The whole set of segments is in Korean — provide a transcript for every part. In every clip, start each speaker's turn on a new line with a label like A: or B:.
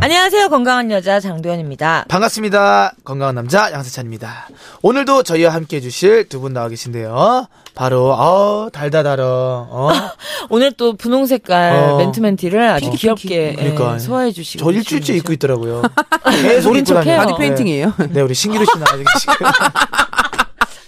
A: 안녕하세요 건강한 여자 장도연입니다.
B: 반갑습니다 건강한 남자 양세찬입니다 오늘도 저희와 함께해 주실 두 분 나와 계신데요 바로 어 달다달어 어
A: 오늘 또 분홍 색깔
B: 어.
A: 맨투맨티를 아주
C: 핑크,
A: 귀엽게
B: 핑크. 그러니까.
A: 예, 소화해 주시고
B: 저 일주일째
A: 계시는
B: 입고 있더라고요 계속
A: 모른
B: 입고
A: 척해요.
B: 다녀요.
A: 바디
B: 네.
C: 페인팅이에요.
B: 네 우리 신기루 씨 나와 계시고
A: 거죠.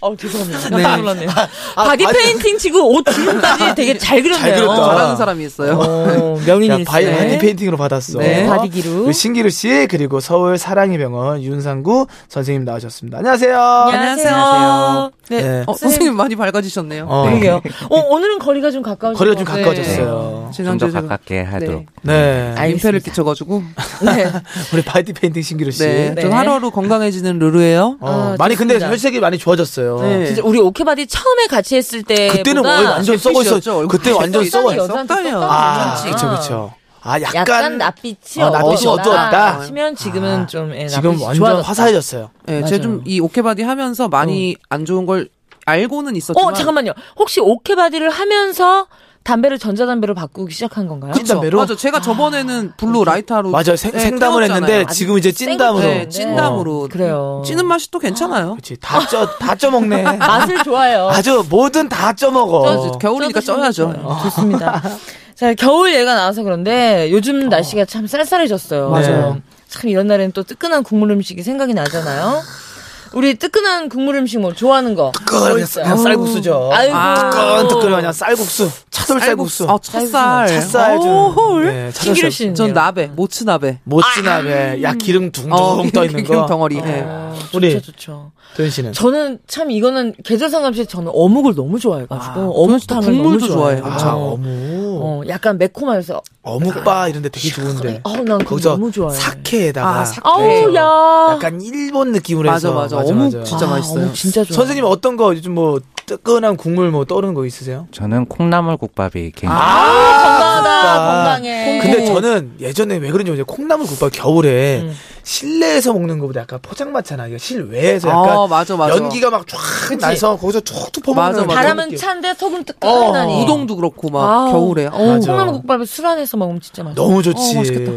A: 어 죄송합니다. 깜짝 놀랐네요.
B: 아,
A: 바디
B: 바디-
A: 페인팅 치고 옷 지금까지 되게 잘 그렸네요.
B: 잘 그렸다.
C: 잘하는 사람이 있어요.
A: 어, 명인
B: 야,
A: 일세.
B: 바이, 바디 페인팅으로 받았어
C: 네,
A: 바디기루.
B: 우리 신기루 씨 그리고 서울 사랑의 병원 윤상구 선생님 나오셨습니다 안녕하세요
A: 안녕하세요. 네.
B: 네.
C: 어, 선생님 많이 밝아지셨네요.
B: 어.
A: 그러게요. 어, 오늘은 거리가 좀 네. 가까워졌어요.
B: 거리가 좀 가까워졌어요
C: 지난주에
D: 좀 더
C: 제가
D: 가깝게 하도록.
B: 네,
A: 알겠습니다.
C: 민폐를 끼쳐가지고
B: 우리 바디 페인팅 신기루 씨
C: 네,
A: 네.
C: 좀 하루하루 건강해지는 루루예요.
B: 어,
A: 아,
B: 많이 근데
A: 좋습니다.
B: 혈색이 많이 좋아졌어요.
C: 네.
A: 진짜 우리 오케바디 처음에 같이 했을 때
B: 그때는 거의 완전 썩어
C: 잿빛이었죠,
B: 있었죠.
C: 아, 얼굴.
B: 그때 완전
C: 잿빛이
B: 썩어
C: 썩어요.
B: 있어.
C: 썩어요. 썩어요.
B: 아,
C: 괜찮지.
B: 그렇죠, 그렇죠. 아, 약간,
A: 약간 낯빛이
B: 어, 낯빛이 어두웠다. 아.
A: 하시면 지금은 좀 예,
B: 지금
A: 낯빛이
B: 완전
A: 좋아졌다.
B: 화사해졌어요. 어.
C: 네,
A: 맞아요.
C: 제좀 이 오케바디 하면서 많이 안 좋은 걸 알고는 있었지만.
A: 어 잠깐만요. 혹시 오케바디를 하면서 담배를 전자담배로 바꾸기 시작한 건가요?
B: 찐- 담배로?
C: 맞아, 제가 저번에는 블루 라이터로
B: 맞아요. 생,
C: 네,
B: 생담을
C: 태웠잖아요.
B: 했는데 지금 이제 찐담으로. 어.
C: 네, 찐담으로
A: 그래요.
C: 찌는 맛이 또 괜찮아요.
B: 그렇지. 다 쪄, 다 쪄먹네.
A: 맛을 좋아해요.
B: 아주 뭐든 다
C: 저-
B: 쪄먹어.
C: 저 겨울이니까
A: 저도
C: 쪄야죠.
A: 좋아요. 좋습니다. 자 겨울 얘가 나와서 그런데 요즘 날씨가 참 쌀쌀해졌어요.
B: 어. 맞아요. 네.
A: 참 이런 날에는 또 뜨끈한 국물 음식이 생각이 나잖아요. 우리 뜨끈한 국물 음식 뭐 좋아하는 거?
B: 뜨끈, 그냥 쌀국수죠.
A: 아이고.
B: 뜨끈, 뜨끈, 그냥 쌀국수. 차돌 쌀국수.
C: 어, 찹쌀.
B: 쌀 좀. 네, 차돌
A: 신기루
B: 쌀-
A: 씨는
C: 전 나베, 모츠 나베.
B: 모찌나베. 야, 기름 둥둥
C: 어,
B: 떠 있는
C: 기름
B: 거.
C: 덩어리. 네.
B: 우리.
A: 좋죠 좋죠.
B: 도현 씨는.
A: 저는 참 이거는 계절 상관없이 저는 어묵을 너무 좋아해가지고 어묵탕을 너무
C: 국물도
A: 좋아해요.
C: 좋아해요.
B: 아,
C: 엄청.
B: 어묵.
A: 어, 약간 매콤하면서
B: 어묵바 이런 데 되게 좋은데.
A: 어, 난 그거
B: 거기서
A: 너무 좋아해. 어,
B: 사케에다가
C: 아, 사케.
A: 아우
C: 그렇죠.
A: 야
B: 약간 일본 느낌으로
C: 맞아,
B: 해서
C: 맞아. 어묵 진짜
A: 아,
C: 맛있어요.
A: 어묵 진짜 좋아.
B: 선생님 어떤 거 요즘 뭐 뜨끈한 국물 뭐 떠오르는 거 있으세요?
D: 저는 콩나물국밥이 굉장히
A: 건강하다
B: 아,
A: 건강해. 어.
C: 네.
B: 근데 저는 예전에 왜 그런지 모르겠어요. 콩나물 국밥 겨울에
C: 음.
B: 실내에서 먹는 것보다 약간 포장마차나 이게 실외에서 약간
C: 아, 맞아, 맞아.
B: 연기가 막 쫙 나서 거기서 툭툭 퍼먹는
C: 맞아, 맞아.
A: 바람은 찬데 속은 뜨끈하니.
B: 어.
C: 우동도 그렇고 막
A: 아우.
C: 겨울에. 어,
A: 어우,
B: 맞아.
A: 콩나물국밥에 술 안에서 먹으면 진짜 맛있어.
B: 너무 좋지.
C: 어, 맛있겠다.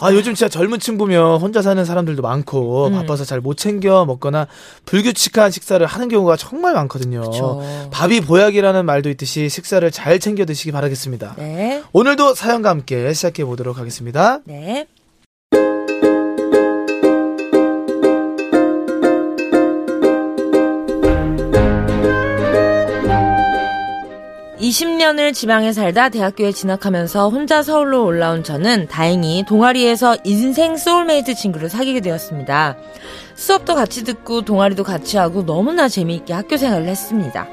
B: 아 요즘 진짜 젊은 층 보면 혼자 사는 사람들도 많고
A: 음.
B: 바빠서 잘 못 챙겨 먹거나 불규칙한 식사를 하는 경우가 정말 많거든요.
A: 그쵸.
B: 밥이 보약이라는 말도 있듯이 식사를 잘 챙겨 드시기 바라겠습니다.
A: 네.
B: 오늘도 사연과 함께 시작해 보도록 하겠습니다.
A: 네. (20년을) 지방에 살다 대학교에 진학하면서 혼자 서울로 올라온 저는 다행히 동아리에서 인생 소울메이트 친구를 사귀게 되었습니다 수업도 같이 듣고 동아리도 같이 하고 너무나 재미있게 학교 생활을 했습니다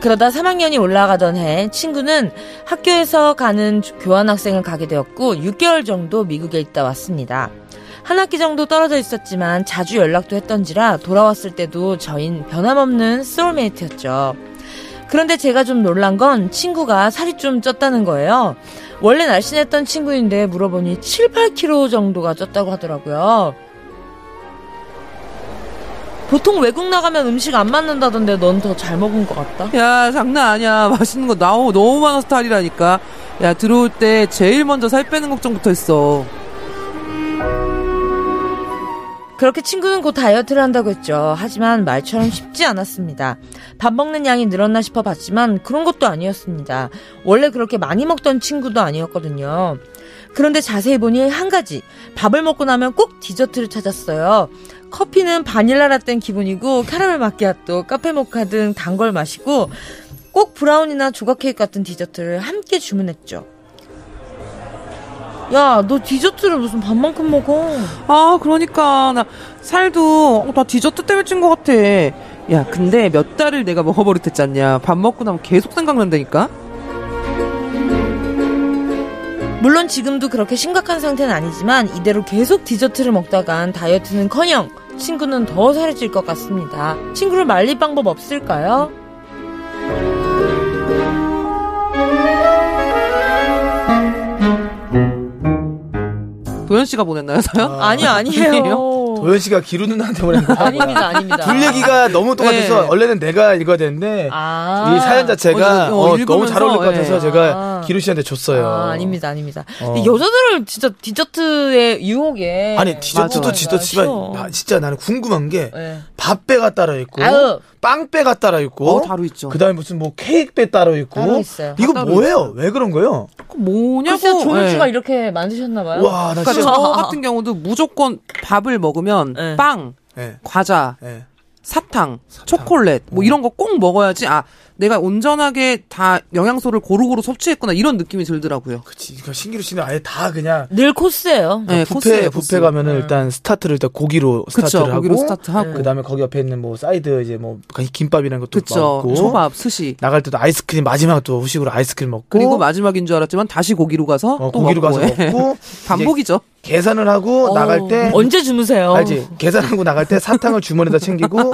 A: 그러다 3학년이 올라가던 해 친구는 학교에서 가는 주- 교환학생을 가게 되었고 6개월 정도 미국에 있다 왔습니다. 한 학기 정도 떨어져 있었지만 자주 연락도 했던지라 돌아왔을 때도 저흰 변함없는 소울메이트였죠. 그런데 제가 좀 놀란 건 친구가 살이 좀 쪘다는 거예요. 원래 날씬했던 친구인데 물어보니 7, 8kg 정도가 쪘다고 하더라고요. 보통 외국 나가면 음식 안 맞는다던데 넌 더 잘 먹은 것 같다.
C: 야 장난 아니야 맛있는 거 나오 너무 많아서 탈이라니까 야 들어올 때 제일 먼저 살 빼는 걱정부터 했어
A: 그렇게 친구는 곧 다이어트를 한다고 했죠. 하지만 말처럼 쉽지 않았습니다. 밥 먹는 양이 늘었나 싶어 봤지만 그런 것도 아니었습니다. 원래 그렇게 많이 먹던 친구도 아니었거든요. 그런데 자세히 보니 한 가지. 밥을 먹고 나면 꼭 디저트를 찾았어요. 커피는 바닐라 라떼인 기분이고 캐러멜 마키아또, 카페 모카 등 단 걸 마시고 꼭 브라운이나 조각 케이크 같은 디저트를 함께 주문했죠. 야, 너 디저트를 무슨 밥만큼 먹어?
C: 아 그러니까 나 살도 어, 나 디저트 때문에 찐 것 같아 야, 근데 몇 달을 내가 먹어버릇했잖냐. 밥 먹고 나면 계속 생각난다니까?
A: 물론 지금도 그렇게 심각한 상태는 아니지만 이대로 계속 디저트를 먹다간 다이어트는커녕 친구는 더 살이 찔 것 같습니다. 친구를 말릴 방법 없을까요?
C: 도현 씨가 보냈나요, 사연?
A: 아니요 아니에요.
B: 도현 씨가 기루 누나한테 보냈나?
A: 아닙니다 아닙니다.
B: 둘 얘기가 너무 똑같아서
C: 네.
B: 원래는 내가 읽어야 되는데
A: 아.
B: 이 사연 자체가
C: 어,
B: 어,
C: 어,
B: 너무 잘 어울릴 것 같아서
C: 읽으면서,
A: 예.
B: 제가
A: 아.
B: 기루 씨한테 줬어요.
A: 아, 아닙니다, 아닙니다.
B: 어.
A: 근데 여자들을 진짜 디저트의 유혹에.
B: 아니 디저트도
A: 맞아요.
B: 디저트지만 아,
A: 맞아요.
B: 나 진짜 나는 궁금한 게
A: 예.
B: 밥배가 따로 있고
A: 아유.
B: 빵배가 따로 있고
C: 어, 따로 있죠.
B: 그다음에 무슨 뭐 케이크배 따로 있고
A: 따로 있어요.
B: 이거
C: 따로
B: 뭐예요? 왜 그런 거예요?
C: 뭐냐고.
A: 글쎄, 조윤주가
B: 네.
C: 예.
A: 이렇게 만드셨나봐요.
B: 와, 나
C: 그러니까
B: 진짜
C: 저 같은 경우도 무조건 밥을 먹으면
A: 네.
C: 빵,
B: 예.
C: 과자,
B: 예.
C: 사탕, 초콜릿
B: 어.
C: 뭐 이런 거 꼭 먹어야지 아 내가 온전하게 다 영양소를 고루고루 섭취했구나 이런 느낌이 들더라고요.
B: 그치. 그러니까 신기루 씨는 아예 다 그냥
A: 늘 코스예요
C: 네,
B: 뷔페
C: 코스예요,
B: 뷔페
C: 코스.
B: 가면은 일단 스타트를 일단 고기로
C: 그쵸
B: 스타트를
C: 거기로
B: 하고
C: 스타트하고
B: 그다음에 거기 옆에 있는 뭐 사이드 이제 뭐 김밥이라는 것도
C: 그쵸
B: 먹고
C: 초밥, 스시
B: 나갈 때도 아이스크림 마지막 또 후식으로 아이스크림 먹고
C: 그리고 마지막인 줄 알았지만 다시 고기로 가서
B: 어,
C: 또
B: 고기로
C: 먹고,
B: 가서
C: 예.
B: 먹고
C: 반복이죠. 어,
B: 이제 계산을 하고 나갈 때
A: 언제 주무세요?
B: 알지 계산하고 나갈 때 사탕을 주머니에다 챙기고
C: 어.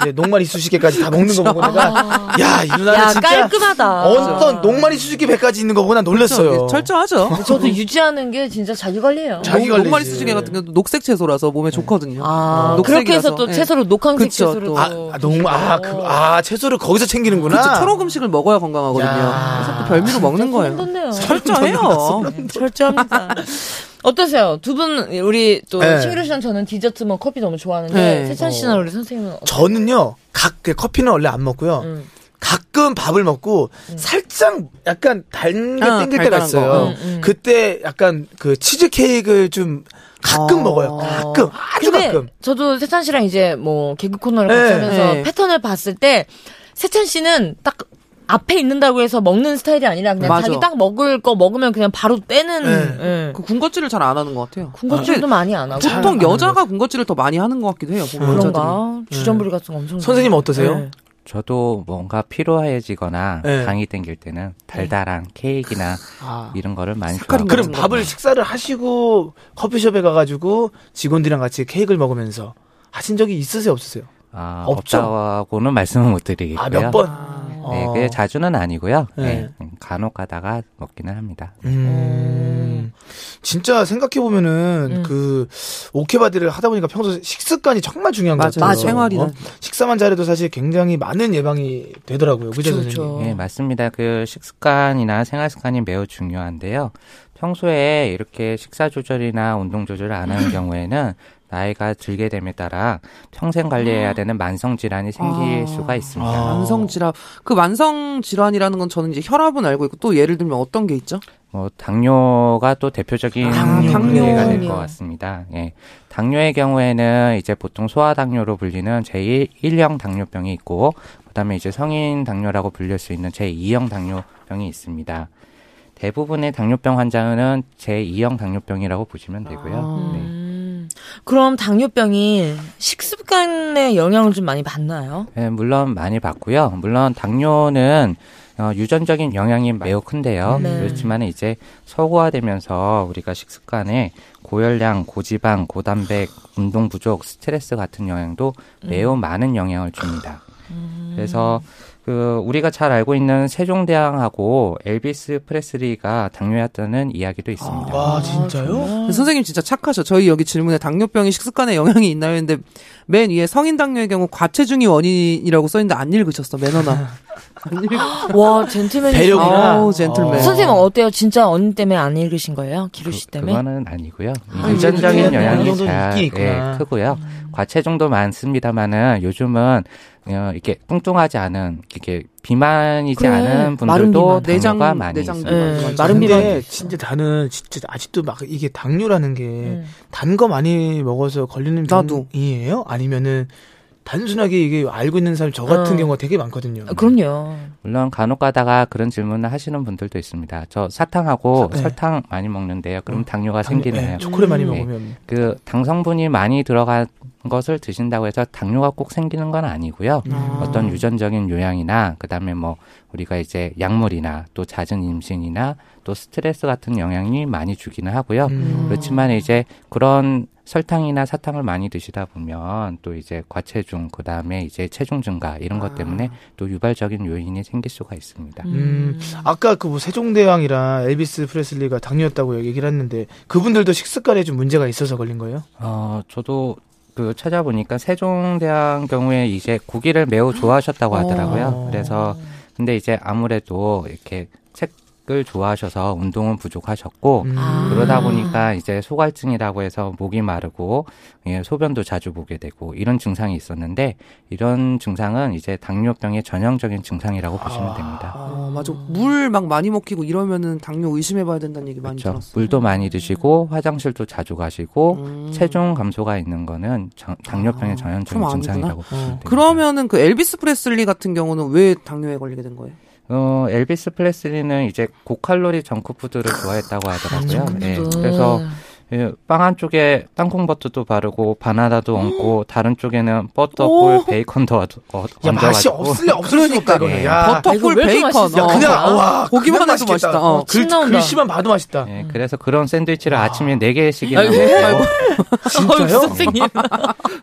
B: 이제 농마리 수수께까지 다 먹는 거 보고
C: 아.
B: 내가 야이 누나는
A: 야,
B: 진짜
A: 깔끔하다.
B: 어떤 농마리 수수께 배까지 있는 거 보고 난 놀랐어요.
C: 그쵸, 철저하죠.
A: 저도 유지하는 게 진짜 자기 관리예요.
B: 자기
C: 녹- 녹말이
B: 관리지. 네.
C: 수지개 같은 경우도 녹색 채소라서 몸에 좋거든요.
A: 아,
C: 녹색이라서.
A: 그렇게 해서 또
C: 예.
A: 채소로 녹황색
C: 그쵸,
A: 채소로
C: 또.
B: 아, 아, 농, 아, 그, 아, 채소를 거기서 챙기는구나.
C: 그쵸, 초록 음식을 먹어야 건강하거든요.
B: 야.
C: 그래서 또 별미로 먹는 거예요.
A: 요
C: 철저해요.
A: 철저합니다. 어떠세요? 두 분 우리 또
B: 네.
A: 신규로 씨랑 저는 디저트 뭐 커피 너무 좋아하는데
C: 네.
A: 세찬 씨나 우리 선생님은 어떠-
B: 저는요, 각, 그 커피는 원래 안 먹고요.
A: 음.
B: 가끔 밥을 먹고 살짝 약간 단 게
C: 음. 아,
B: 땡길
C: 달달한
B: 때가
C: 거.
B: 있어요.
A: 음, 음.
B: 그때 약간 그 치즈케이크를 좀 가끔
C: 어.
B: 먹어요. 가끔. 아주
A: 근데
B: 가끔.
A: 저도 세찬 씨랑 이제 뭐 개그 코너를 같이
B: 네.
A: 하면서
C: 네.
A: 패턴을 봤을 때 세찬 씨는 딱 앞에 있는다고 해서 먹는 스타일이 아니라 그냥
C: 맞아.
A: 자기 딱 먹을 거 먹으면 그냥 바로 빼는 예.
C: 그 군것질을 잘 안 하는 것 같아요.
A: 군것질도 많이 안 하고
C: 보통 여자가 군것질을 더 많이 하는 것 같기도 해요. 보면 여자들이.
A: 그런가 어. 주전부리 같은 거 엄청
B: 네. 선생님 어떠세요?
A: 네.
D: 저도 뭔가 피로해지거나
B: 네.
D: 당이 땡길 때는 달달한 케이크나
B: 아.
D: 이런 거를 많이
C: 색깔이
D: 좋아하고
B: 그럼
C: 같은
D: 음.
B: 밥을 식사를 하시고 커피숍에 가가지고 직원들이랑 같이 케이크를 먹으면서 하신 적이 있으세요 없으세요?
D: 아,
B: 없죠?
D: 없다고는 말씀을 못 드리겠고요.
B: 아 몇 번?
D: 예, 네,
B: 어.
D: 그게 자주는 아니고요.
B: 네.
D: 네. 음, 간혹 가다가 먹기는 합니다.
B: 음. 진짜 생각해 보면은
C: 음.
B: 그 오케바디를 하다 보니까 평소 식습관이 정말 중요한 거
C: 맞아요.
B: 같아요. 어?
C: 맞아요. 생활이나.
B: 식사만 잘해도 사실 굉장히 많은 예방이 되더라고요. 그죠
A: 그쵸,
B: 선생님?
A: 그쵸.
D: 네, 맞습니다. 그 식습관이나 생활 습관이 매우 중요한데요. 평소에 이렇게 식사 조절이나 운동 조절을 안 하는 경우에는 나이가 들게 됨에 따라 평생 관리해야 되는 만성 질환이 생길
C: 아.
D: 수가 있습니다.
B: 아.
C: 만성 질환. 그 만성 질환이라는 건 저는 이제 혈압은 알고 있고 또 예를 들면 어떤 게 있죠?
D: 뭐 당뇨가 또 대표적인
C: 당뇨.
D: 문제가 될
A: 당뇨.
D: 것 같습니다. 예. 당뇨의 경우에는 이제 보통 소아 당뇨로 불리는 제1형 당뇨병이 있고 그다음에 이제 성인 당뇨라고 불릴 수 있는 제2형 당뇨병이 있습니다. 대부분의 당뇨병 환자는 제2형 당뇨병이라고 보시면 되고요. 네.
A: 음, 그럼 당뇨병이 식습관에 영향을 좀 많이 받나요?
D: 예, 물론 많이 봤고요. 물론 당뇨는 어, 유전적인 영향이 매우 큰데요.
A: 네.
D: 그렇지만 이제 서구화되면서 우리가 식습관에 고열량, 고지방, 고단백, 운동 부족, 스트레스 같은 영향도 매우 많은 영향을 줍니다. 그래서 그 우리가 잘 알고 있는 세종대왕하고 엘비스 프레스리가 당뇨였다는 이야기도 있습니다.
B: 와
C: 아,
A: 아.
B: 진짜요?
C: 선생님 진짜 착하셔. 저희 여기 질문에 당뇨병이 식습관에 영향이 있나요? 했는데 맨 위에 성인 당뇨의 경우 과체중이 원인이라고 써있는데 안 읽으셨어. 매너나. 안 읽...
A: 와 젠틀맨이
B: 배려구나.
C: 아우, 젠틀맨.
B: 어.
A: 선생님 어때요? 진짜 언니 때문에 안 읽으신 거예요? 기루 씨 때문에?
D: 그거는 아니고요.
B: 아,
D: 유전적인
B: 유전적인 어느
D: 영향이
B: 정도는
D: 잘
B: 있긴 있구나.
D: 예, 크고요. 과체중도 많습니다만은 요즘은 어, 이렇게 뚱뚱하지 않은 이렇게 비만이지
A: 그래,
D: 않은
C: 마른
D: 분들도
C: 비만.
D: 당뇨가
C: 내장,
D: 많이
C: 내장
D: 있습니다.
C: 비만.
A: 네,
C: 맞아.
A: 마른 비만.
B: 근데 진짜 나는 진짜 아직도 막 이게 당뇨라는 게
A: 음.
B: 단 거 많이 먹어서 걸리는
C: 나도.
B: 병이에요? 아니면은 단순하게 이게 알고 있는 사람 저 같은
A: 어.
B: 경우가 되게 많거든요.
A: 아, 그럼요.
D: 물론 간혹 가다가 그런 질문을 하시는 분들도 있습니다. 저 사탕하고
B: 네.
D: 설탕 많이 먹는데요. 그럼 당뇨가
B: 당뇨-
D: 생기나요?
B: 네, 초콜릿 많이
D: 음.
B: 먹으면
D: 그 당성분이 많이 들어간 것을 드신다고 해서 당뇨가 꼭 생기는 건 아니고요. 어떤 유전적인 요양이나 그다음에 뭐 우리가 이제 약물이나 또 잦은 임신이나 또 스트레스 같은 영향이 많이 주기는 하고요.
B: 음.
D: 아, 그렇지만 이제 그런 설탕이나 사탕을 많이 드시다 보면 또 이제 과체중 그다음에 이제 체중 증가 이런 것 때문에 또 유발적인 요인이 생길 수가 있습니다.
B: 음, 아까 그 뭐 세종대왕이랑 엘비스 프레슬리가 당뇨였다고 얘기를 했는데 그분들도 식습관에 좀 문제가 있어서 걸린 거예요?
D: 어, 저도 그 찾아보니까 세종대왕 경우에 이제 고기를 매우 좋아하셨다고 하더라고요.
B: 어.
D: 그래서 근데 이제 아무래도 이렇게 책을 좋아하셔서 운동은 부족하셨고
B: 음.
A: 아.
D: 어, 그러다 보니까 이제 소갈증이라고 해서 목이 마르고 예, 소변도 자주 보게 되고 이런 증상이 있었는데 이런 증상은 이제 당뇨병의 전형적인 증상이라고
B: 아.
D: 보시면 됩니다.
C: 어, 맞아. 물 막 많이 먹히고 이러면은 당뇨 의심해봐야 된다는 얘기 많이
D: 그렇죠.
C: 들었어.
D: 물도 많이 드시고 화장실도 자주 가시고
C: 음.
D: 체중 감소가 있는 거는 정- 당뇨병의
C: 아,
D: 전형적인
C: 그럼
D: 증상이라고
C: 아니구나. 어.
D: 보시면 됩니다.
C: 그러면은 그 엘비스 프레슬리 같은 경우는 왜 당뇨에 걸리게 된 거예요?
D: 어, 엘비스 플레슬리는 이제 고칼로리 정크푸드를 좋아했다고 하더라고요. 예,
A: 음.
D: 그래서 예, 빵 한쪽에 땅콩버터도 바르고 바나나도 얹고 다른 쪽에는 버터, 꿀, 베이컨도 얹- 얹-
B: 야 맛이
D: 얹어가지고
B: 없을래 없을 수가 없다 이거는. 야,
A: 이거
C: 버터꿀
A: 왜 이렇게
C: 베이컨.
A: 맛있어?
B: 아, 야
C: 그러니까. 어.
B: 그냥
A: 아,
B: 와
C: 보기만
B: 그냥
C: 해도 맛있다. 어.
A: 침
B: 글,
A: 나온다.
B: 글씨만 봐도 맛있다.
D: 예, 그래서 그런 샌드위치를 아침에 네개씩이나
A: 아이고,
D: 먹고
B: 진짜요?
A: 선생님.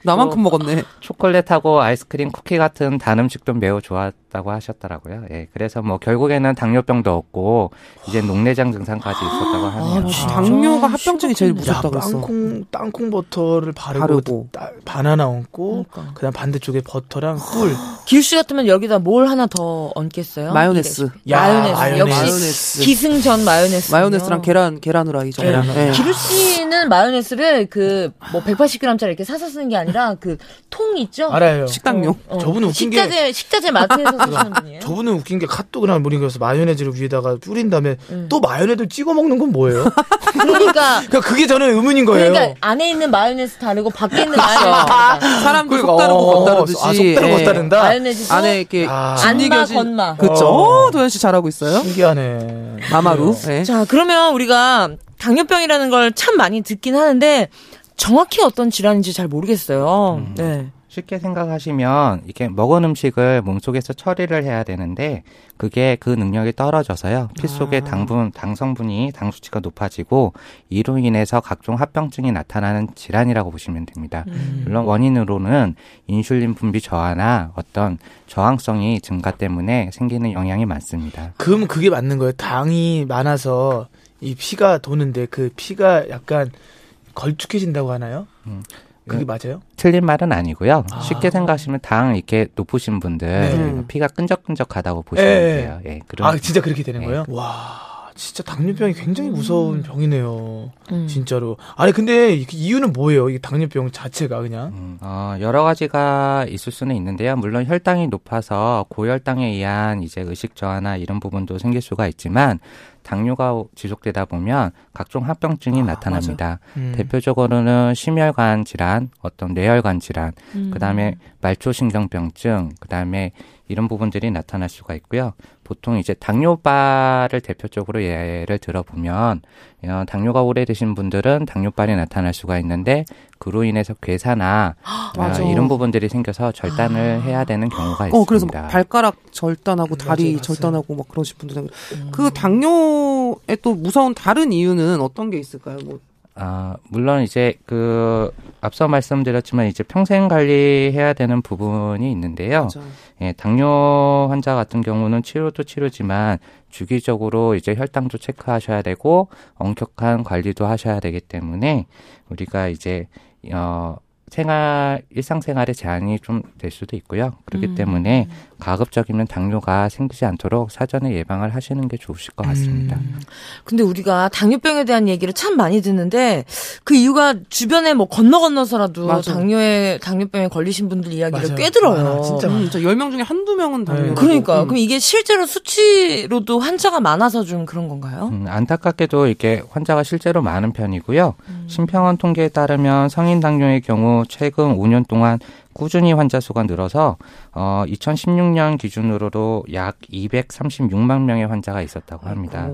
C: 나만큼 먹었네.
D: 초콜릿하고 아이스크림, 쿠키 같은 단 음식도 매우 좋았다고 하셨더라고요. 예, 그래서 뭐 결국에는 당뇨병도 없고 이제 녹내장 증상까지 있었다고 하네요.
C: 아, 당뇨가 합병증이 제일
B: 야,
C: 무섭다고 했어.
B: 땅콩 땅콩 버터를 바르고,
C: 바르고.
B: 따- 바나나 얹고
A: 그러니까.
B: 그다음 반대쪽에 버터랑 꿀.
A: 길씨 같으면 여기다 뭘 하나 더 얹겠어요?
C: 마요네스.
A: 이게. 마요네스.
B: 마요네스.
A: 역시
C: 마요네스.
A: 기승전 마요네스. 아.
C: 마요네스랑 계란 계란 후라이 정도.
B: 계란 후라이.
C: 예.
A: 기루 씨는 마요네스를 그 뭐 180g짜리 이렇게 사서 쓰는 게 아니라 그 통 있죠?
B: 알아요.
C: 식당용.
A: 어.
B: 저분은 웃긴 게- 그러니까.
A: 식자재 식자재 마트에서 사시는 분이에요.
B: 저분은 웃긴 게 카톡이랑 무리 그래서 마요네즈를 위에다가 뿌린 다음에 또 마요네즈를 찍어 먹는 건 뭐예요?
A: 그러니까
B: 그러니까 그게 저는 의문인 거예요.
A: 그러니까 안에 있는 마요네스 다르고 밖에 있는 마요네스 다르다.
C: 사람도
B: 그러니까,
C: 속 다르고
B: 어,
C: 겉 다르듯이.
B: 아, 속 다르고 겉
C: 예.
B: 다른다?
A: 마요네즈
C: 안에 이렇게
B: 아.
C: 진이겨진
A: 안마, 건마.
C: 그쵸.
B: 어.
C: 어, 도현 씨 잘하고 있어요.
B: 신기하네.
C: 마마루. 예.
A: 자, 그러면 우리가 당뇨병이라는 걸 참 많이 듣긴 하는데 정확히 어떤 질환인지 잘 모르겠어요. 네.
D: 쉽게 생각하시면 이렇게 먹은 음식을 몸속에서 처리를 해야 되는데 그게 그 능력이 떨어져서요. 피 속의 당분, 당 성분이 당 수치가 높아지고 이로 인해서 각종 합병증이 나타나는 질환이라고 보시면 됩니다. 물론 원인으로는 인슐린 분비 저하나 어떤 저항성이 증가 때문에 생기는 영향이 많습니다.
B: 그럼 그게 맞는 거예요. 당이 많아서 이 피가 도는데 그 피가 약간 걸쭉해진다고 하나요?
C: 음.
B: 그게
D: 네.
B: 맞아요?
D: 틀린 말은 아니고요. 쉽게 생각하시면 당 이렇게 높으신 분들 피가 끈적끈적하다고 보시면
B: 네. 예, 예.
D: 돼요. 예, 그런
B: 아 진짜 그렇게 되는
D: 네.
B: 거예요? 음. 와 진짜 당뇨병이 굉장히 무서운 병이네요.
A: 음.
B: 진짜로. 아니 근데 이- 이유는 뭐예요? 이 당뇨병 자체가 그냥
D: 음, 어, 여러 가지가 있을 수는 있는데요. 물론 혈당이 높아서 고혈당에 의한 이제 의식 저하나 이런 부분도 생길 수가 있지만 당뇨가 오- 지속되다 보면 각종
B: 아,
D: 합병증이 나타납니다.
B: 음.
D: 대표적으로는 심혈관 질환, 어떤 뇌혈관 질환,
A: 음.
D: 그다음에 말초신경병증, 그다음에 이런 부분들이 나타날 수가 있고요. 보통 이제 당뇨발을 대표적으로 예를 들어보면 어, 당뇨가 오래되신 분들은 당뇨발이 나타날 수가 있는데 그로 인해서 괴사나
C: 맞아. 아.
D: 어, 이런 부분들이 생겨서 절단을 해야 되는 경우가 있습니다.
C: 어, 그래서 막 발가락 절단하고 다리
B: 음, 맞아요.
C: 절단하고 막 그러신 분들.
A: 음.
C: 그 당뇨에 또 무서운 다른 이유는 어떤 게 있을까요? 뭐
D: 아, 물론 이제 그 앞서 말씀드렸지만 이제 평생 관리해야 되는 부분이 있는데요.
B: 어.
C: 맞아.
D: 예, 당뇨 환자 같은 경우는 치료도 치료지만 주기적으로 이제 혈당도 체크하셔야 되고 엄격한 관리도 하셔야 되기 때문에 우리가 이제 어 생활 일상생활에 제한이 좀 될 수도 있고요. 그렇기 때문에 가급적이면 당뇨가 생기지 않도록 사전에 예방을 하시는 게 좋으실 것 같습니다.
A: 근데 우리가 당뇨병에 대한 얘기를 참 많이 듣는데 그 이유가 주변에 뭐 건너 건너서라도
C: 맞아.
A: 당뇨에 당뇨병에 걸리신 분들 이야기를
B: 맞아요.
A: 꽤 들어요.
B: 많아, 진짜
C: 음, 진짜 음. 10명 중에 한두 명은 당뇨.
B: 네.
A: 그러니까 요 그럼 이게 실제로 수치로도 환자가 많아서 좀 그런 건가요?
D: 음, 안타깝게도 이렇게 환자가 실제로 많은 편이고요. 심평원 통계에 따르면 성인 당뇨의 경우 최근 5년 동안 꾸준히 환자 수가 늘어서 어 2016년 기준으로도 약 236만 명의 환자가 있었다고 합니다.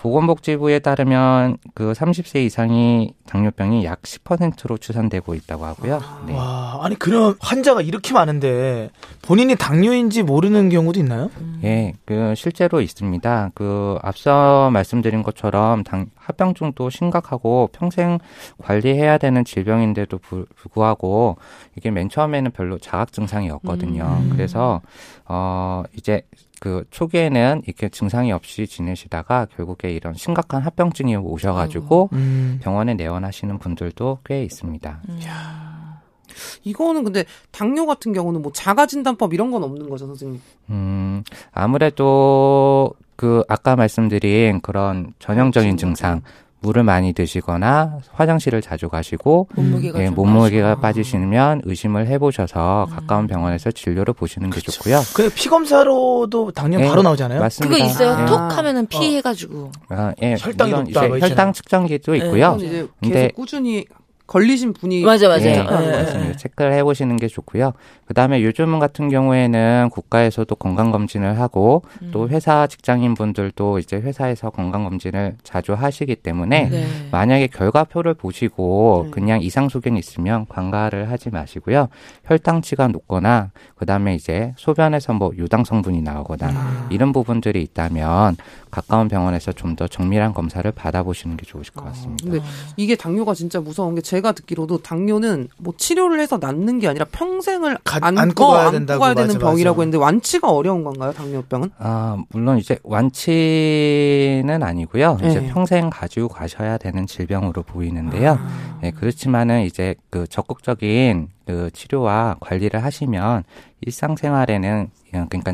D: 보건복지부에 따르면 그 30세 이상이 당뇨병이 약 10%로 추산되고 있다고 하고요. 네.
B: 와, 아니 그럼 환자가 이렇게 많은데 본인이 당뇨인지 모르는 경우도 있나요?
D: 예, 그 실제로 있습니다. 그 앞서 말씀드린 것처럼 당 합병증도 심각하고 평생 관리해야 되는 질병인데도 불- 불구하고 이게 맨 처음에는 별로 자각 증상이 없거든요. 그래서 어 이제 그 초기에는 이렇게 증상이 없이 지내시다가 결국에 이런 심각한 합병증이 오셔가지고
B: 음.
D: 병원에 내원하시는 분들도 꽤 있습니다.
C: 이거는 근데 당뇨 같은 경우는 뭐 자가진단법 이런 건 없는 거죠, 선생님.
D: 음, 아무래도 그 아까 말씀드린 그런
B: 그렇죠.
D: 전형적인 증상, 물을 많이 드시거나 화장실을 자주 가시고
A: 몸무게가
D: 예,
A: 좀
D: 몸무게가
A: 빠지거나.
D: 빠지시면 의심을 해보셔서
B: 음.
D: 가까운 병원에서 진료를 보시는 게 좋고요.
B: 근데 피 검사로도 당뇨
D: 예,
B: 바로 나오잖아요.
D: 맞습니다. 네.
A: 그거 있어요.
C: 아.
A: 톡 하면은 피 해가지고.
D: 예, 아, 예,
B: 혈당이
D: 물론
B: 높다,
D: 이제
B: 뭐 있잖아요.
D: 혈당 측정기도 있고요.
C: 이건 이제 계속
D: 근데-
C: 꾸준히 걸리신 분이
A: 맞아 맞아.
D: 예,
A: 요
D: 맞습니다. 체크를 해보시는 게 좋고요. 그다음에 요즘 같은 경우에는 국가에서도 건강 검진을 하고 또 회사 직장인 분들도 이제 회사에서 건강 검진을 자주 하시기 때문에
A: 네.
D: 만약에 결과표를 보시고 그냥 이상 소견이 있으면 관가를 하지 마시고요. 혈당치가 높거나 그다음에 이제 소변에서 뭐 유당 성분이 나오거나 이런 부분들이 있다면 가까운 병원에서 좀 더 정밀한 검사를 받아보시는 게 좋으실 것 같습니다.
C: 근데 이게 당뇨가 진짜 무서운 게 제가 듣기로도 당뇨는 뭐 치료를 해서 낫는 게 아니라 평생을
B: 가-
C: 안고,
B: 안고 가야
C: 안고
B: 된다고,
C: 가야
B: 맞아,
C: 되는 병이라고
B: 맞아.
C: 했는데 완치가 어려운 건가요, 당뇨병은?
D: 아, 물론 이제 완치는 아니고요. 이제
C: 네.
D: 평생 가지고 가셔야 되는 질병으로 보이는데요. 예, 그렇지만은 이제 그 적극적인 그 치료와 관리를 하시면 일상생활에는 그냥 그러니까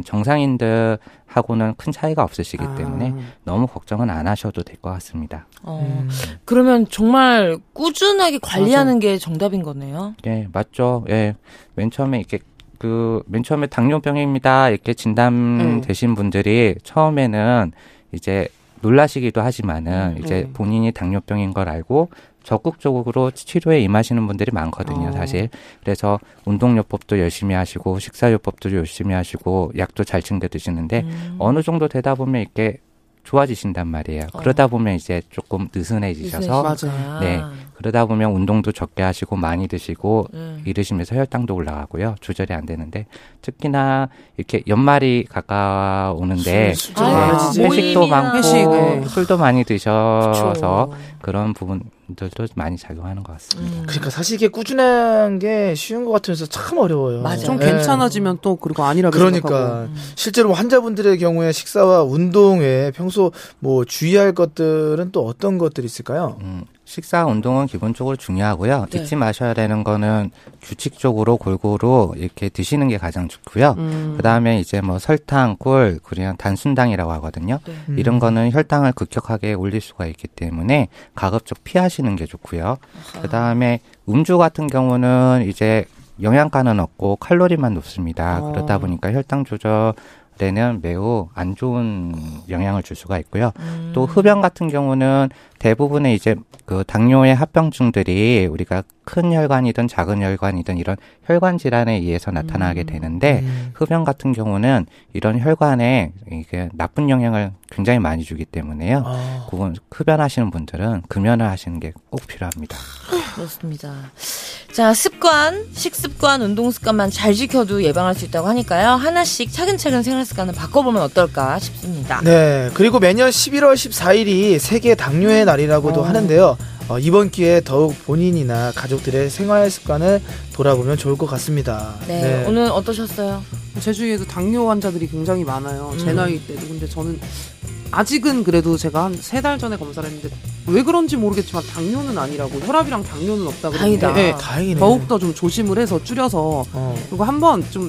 D: 정상인들하고는 큰 차이가 없으시기
C: 아.
D: 때문에 너무 걱정은 안 하셔도 될 것 같습니다.
A: 어,
B: 음.
A: 그러면 정말 꾸준하게 관리하는 게 정답인 거네요.
D: 예, 맞죠. 예. 맨 처음에 이렇게 그 맨 처음에 당뇨병입니다. 이렇게 진단되신 분들이 처음에는 이제 놀라시기도 하지만은 이제
C: 음.
D: 본인이 당뇨병인 걸 알고 적극적으로 치료에 임하시는 분들이 많거든요,
C: 어.
D: 사실. 그래서 운동요법도 열심히 하시고 식사요법도 열심히 하시고 약도 잘 챙겨 드시는데 어느 정도 되다 보면 이렇게 좋아지신단 말이에요. 그러다 보면 이제 조금 어. 느슨해지셔서
A: 맞아요.
D: 네. 그러다 보면 운동도 적게 하시고 많이 드시고
A: 음.
D: 이러시면서 혈당도 올라가고요. 조절이 안 되는데 특히나 이렇게 연말이 가까우는데
B: 술, 술
D: 네,
B: 많아지지.
A: 뭐,
D: 회식도
A: 모임이나.
D: 많고
C: 회식, 네.
D: 술도 많이 드셔서
A: 그쵸.
D: 그런 부분들도 많이 작용하는 것 같습니다.
B: 그러니까 사실 이게 꾸준한 게 쉬운 것 같으면서 참 어려워요.
A: 맞아.
C: 좀
B: 예.
C: 괜찮아지면 또 그리고 아니라고
B: 그러니까 실제로 환자분들의 경우에 식사와 운동 외에 평소 뭐 주의할 것들은 또 어떤 것들이 있을까요?
D: 음, 식사 운동은 기본적으로 중요하고요.
A: 네.
D: 잊지 마셔야 되는 거는 규칙적으로 골고루 이렇게 드시는 게 가장 좋고요. 그다음에 이제 뭐 설탕, 꿀, 그냥 단순당이라고 하거든요.
B: 음.
D: 이런 거는 혈당을 급격하게 올릴 수가 있기 때문에 가급적 피하시는 게 좋고요. 그다음에 음주 같은 경우는 이제 영양가는 없고 칼로리만 높습니다.
C: 어.
D: 그러다 보니까 혈당 조절에는 매우 안 좋은 영향을 줄 수가 있고요. 또 흡연 같은 경우는 대부분의 이제 그 당뇨의 합병증들이 우리가 큰 혈관이든 작은 혈관이든 이런 혈관 질환에 의해서 나타나게 되는데 흡연 같은 경우는 이런 혈관에 이게 나쁜 영향을 굉장히 많이 주기 때문에요.
B: 아.
D: 그건 흡연하시는 분들은 금연을 하시는 게 꼭 필요합니다.
A: 그렇습니다. 자, 습관, 식습관, 운동 습관만 잘 지켜도 예방할 수 있다고 하니까요. 하나씩 차근차근 생활 습관을 바꿔보면 어떨까 싶습니다.
B: 네, 그리고 매년 11월 14일이 세계 당뇨의 날이라고도 하는데요. 어, 이번 기회에 더욱 본인이나 가족들의 생활 습관을 돌아보면 좋을 것 같습니다.
A: 네, 오늘 어떠셨어요?
C: 제 주위에도 당뇨 환자들이 굉장히 많아요. 제
A: 음.
C: 나이 때도. 근데 저는 아직은 그래도 제가 한 세 달 전에 검사를 했는데 왜 그런지 모르겠지만 당뇨는 아니라고 혈압이랑 당뇨는 없다고
A: 다행이다.
C: 네,
B: 아, 다행이네요.
C: 더욱더 좀 조심을 해서 줄여서
B: 어.
C: 그리고 한번 좀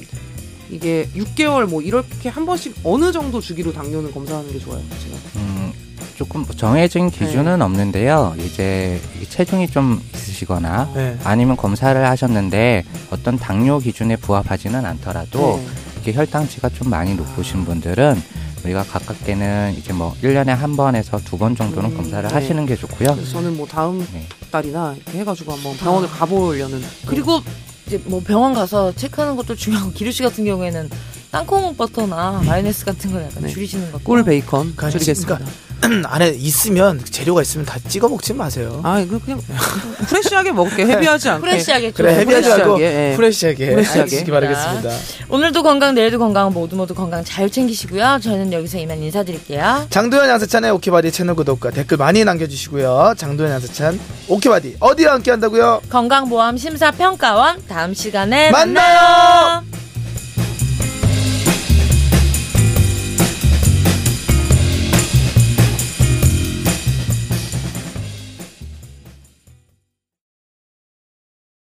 C: 이게 6개월 뭐 이렇게 한 번씩 어느 정도 주기로 당뇨는 검사하는 게 좋아요. 제가.
D: 음, 조금 정해진 기준은 없는데요. 이제 이 체중이 좀 있으시거나
B: 네.
D: 아니면 검사를 하셨는데 어떤 당뇨 기준에 부합하지는
A: 어.
D: 않더라도
C: 네.
D: 이렇게 혈당치가 좀 많이 높으신 분들은 우리가 가깝게는 이제 뭐 1년에 한 번에서 두 번 정도는
C: 음,
D: 검사를
C: 네.
D: 하시는 게 좋고요.
C: 그래서 저는 뭐 다음
D: 네.
C: 달이나 이렇게 해가지고
A: 아.
C: 한번 병원을 가보려는
A: 네. 그리고 이제 뭐 병원 가서 체크하는 것도 중요하고 기류 씨 같은 경우에는 땅콩 버터나 마요네즈 같은 걸 약간
C: 네.
A: 줄이시는 것
C: 꿀 베이컨
B: 그러니까
C: 줄이겠습니다.
B: 안에 있으면 재료가 있으면 다 찍어 먹지 마세요.
C: 아 이거 그냥 프레시하게 먹을게 헤비하지 않게.
A: 프레시하게 좀
B: 그래 헤비하지 말고
C: 프레시하게, 예.
B: 프레시하게
C: 프레시하게.
B: 하시기 바라겠습니다.
A: 오늘도 건강 내일도 건강 모두 모두 건강 잘 챙기시고요 저희는 여기서 이만 인사드릴게요
B: 장도연 양세찬의 오케바디 채널 구독과 댓글 많이 남겨주시고요. 장도연 양세찬 오케바디 어디와 함께 한다고요?
A: 건강보험 심사평가원 다음 시간에
B: 만나요!
A: 만나요.